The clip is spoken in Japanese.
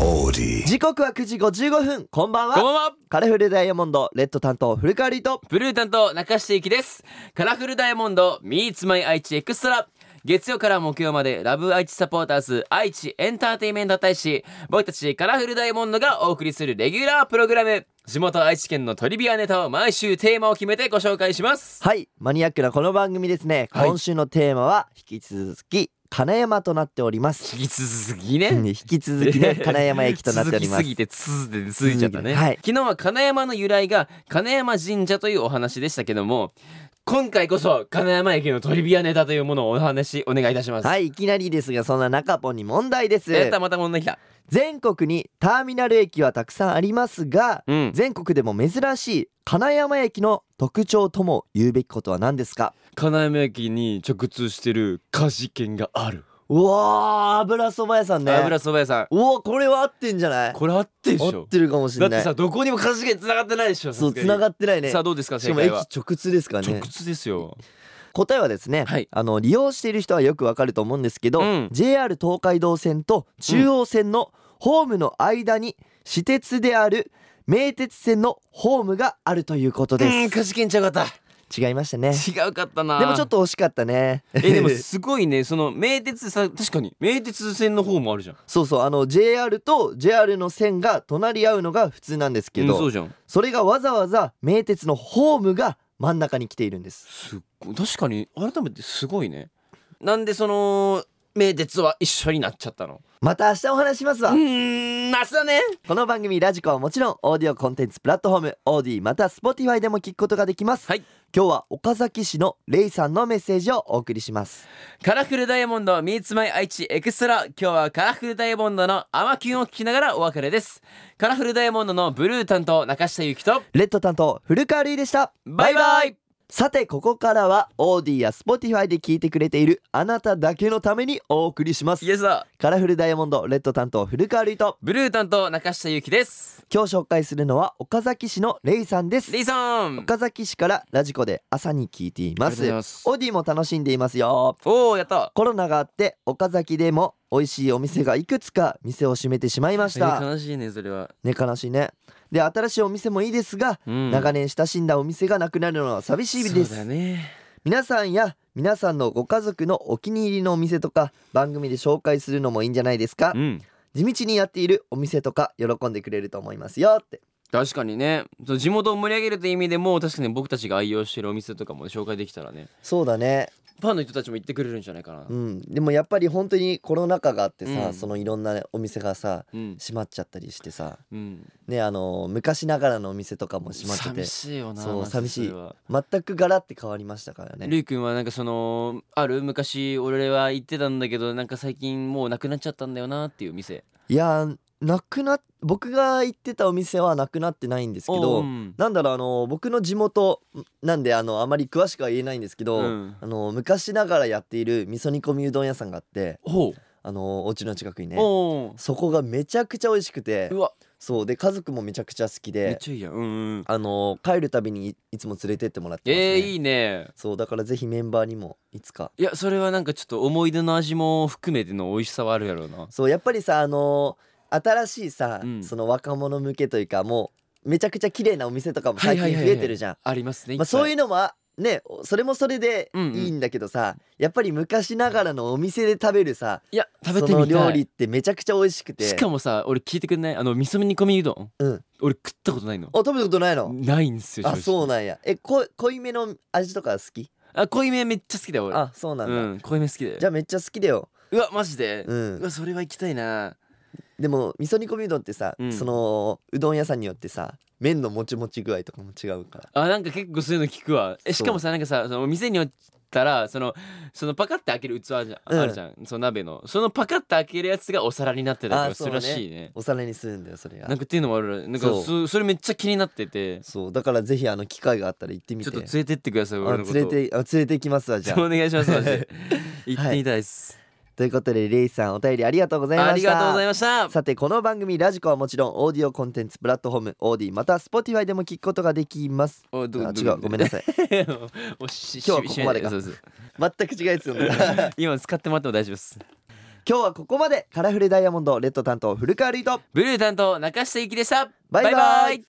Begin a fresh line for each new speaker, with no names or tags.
オーディ
時刻は9時55分こんばん
こんば
は
んは
カラフルダイヤモンドレッド担当古川リート
ブルータンと中下ゆきです。カラフルダイヤモンド Meets My 愛知エクストラ月曜から木曜までラブ愛知サポーターズ愛知エンターテインメント大使僕たちカラフルダイヤモンドがお送りするレギュラープログラム地元愛知県のトリビアネタを毎週テーマを決めてご紹介します。
はいマニアックなこの番組ですね、
はい
今週のテーマは引き続き金山となっております
引き続きね。
引き続き ね金山駅となっております
続きすぎてつで続いちゃったね、
はい
昨日は金山の由来が金山神社というお話でしたけども今回こそ金山駅のトリビアネタというものをお話お願いいたします、
はいいきなりですがそんな中ポンに問題です
やったまた問題来た
全国にターミナル駅はたくさんありますが、
うん
全国でも珍しい金山駅の特徴とも言うべきことは何ですか
金山駅に直通してる火事件がある、
うわー油そば屋さんね
油そば屋さん
うわこれは合ってんじゃない
これあってでし
合
ょ
ってるかもしれ
だっ
な
て
い
さどこにも火事件繋がってないでしょ
そう繋が
っ
ってないね
さあどうですか
しか
正
も
解
駅
は
直通ですからね
直通ですよ
答えはですね、
はい
あの利用している人はよくわかると思うんですけど、
うん
JR 東海道線と中央線のホームの間に私鉄である名鉄線のホームがあるということです、
うん火事件ちゃうかった
違いましたね
違うかったな
でもちょっと惜しかったね
え でも
そ
すごいねその名鉄さ確かに名鉄線の方もあるじゃん
う そうあの JR と JR の線が隣り合うのが普通なんですけ
う
ど、
んそうじゃん
それがわざわざ名鉄のホームが真ん中に来ているんです
すっごい確かに改めてすごいねなんでその名鉄は一緒になっちゃったの
また明日お話しますわ、
うーん明日だね
この番組ラジコはもちろんオーディオコンテンツプラットフォームオーディまた Spotify でも聞くことができます、
はい
今日は岡崎市のレイさんのメッセージをお送りします
カラフルダイヤモンド Meets My 愛知エクストラ今日はカラフルダイヤモンドのアマキュンを聞きながらお別れですカラフルダイヤモンドのブルー担当中下ゆきと
レッド担当古川瑠衣でした
バイバイ
さてここからはオーディや Spotify で聞いてくれているあなただけのためにお送りします
イエスだ
カラフルダイヤモンドレッド担当古川瑠衣と
ブルー担当中下ゆきです
今日紹介するのは岡崎市のレイさんです
リーさん
岡崎市からラジコで朝に聞いていま
ありがとうござ
す
います
オーディも楽しんでいますよ
おおやった
コロナがあって岡崎でも美味しいお店がいくつか店を閉めてしまいました
悲しいねそれは、
ね悲しいねで新しいお店もいいですが、
うん
長年親しんだお店がなくなるのは寂しいです
そうだね
皆さんや皆さんのご家族のお気に入りのお店とか番組で紹介するのもいいんじゃないですか
うん
地道にやっているお店とか喜んでくれると思いますよって
確かにねそう地元を盛り上げるという意味でも確かに僕たちが愛用してるお店とかも紹介できたらね
そうだね
ファンの人たちも行ってくれるんじゃないかな
うんでもやっぱり本当にコロナ禍があってさ、
うん
そのいろんなお店がさ
うん、
閉まっちゃったりしてさ
うん、
ねあの昔ながらのお店とかも閉まってて
寂しいよな
そう
マジで
寂しい
それは
全くガラって変わりましたからね
ルイ君はなんかそのある昔俺は行ってたんだけどなんか最近もうなくなっちゃったんだよなっていう店
いやーなくな僕が行ってたお店はなくなってないんですけ
う
ど
ん
なんだろうあの僕の地元なんであのあまり詳しくは言えないんですけど、
うん
あの昔ながらやっている味噌煮込みうどん屋さんがあって
ほう
あのお家の近くにね
おう
そこがめちゃくちゃ美味しくて
うわ
そうで家族もめちゃくちゃ好き
めっ
で
ちゃいいやんうんうん
あの帰るたびにいいつも連れてってもらってますね、
えー、いいね
そうだからぜひメンバーにもいつか
いやそれはなんかちょっと思い出の味も含めての美味しさはあるやろうな
そうやっぱりさあのー新しいさ、
うん
その若者向けというかもうめちゃくちゃ綺麗なお店とかも最近増えてるじゃん、
ありますね
まあ、そうい
いっ
うのもあねそれもそれで
うんうん
いいんだけどさ、やっぱり昔ながらのお店で食べるさ
ぱいいや食べてみたい
その料理ってめちゃくちゃ美味しくて
しか
も
もさ俺聞いてくんないあの味噌煮込みうどん、
うん
俺食ったことないの
あ食べたことないの
ないんですよ
あそう
な
なんやえこ濃いめの味とか好き
あ濃いめめっちゃ好きだよ俺
あそうなんだ、
うん濃いめ好きで
じゃあめっちゃ好きだよ、
うわマジで、
う、
うんわそれは行きたいな
でも味噌煮込みうどんってさ、
うん
そのうどん屋さんによってさ麺のもちもち具合とかも違うから
あなんか結構そういうの聞くわえ
そ
し
う
かもさなんかさそのお店によったらそのそのパカって開ける器じゃん、
うん
あるじゃんその鍋のそのパカって開けるやつがお皿になってたりとかするらしいね
お皿にするんだよそれが
なんかっていうのもあるらなんか
そう
そそれめっちゃ気になってて
そうだからぜひあの機会があったら行ってみ
ちょ
て
っと連れてってください
あ
俺のこと
連れてあ連れて行きますわじゃあ
お願いしますマジで行ってみたいです、
ということでレイさんお便りありがとうございました
ありがとうございました
さてこの番組ラジコはもちろんオーディオコンテンツプラットフォームオーディまた Spotify でも聞くことができます
お
あ
ど
違うごめん
な
な さい
さい今
今日はここまでか
そうそう
全く違うやつ読んだ
今使ってもらっても大丈夫です
今日はここまでカラフルダイヤモンドレッド担当古川瑠衣と
ブルー担当中下ゆきでした
バイバイ
バイバイ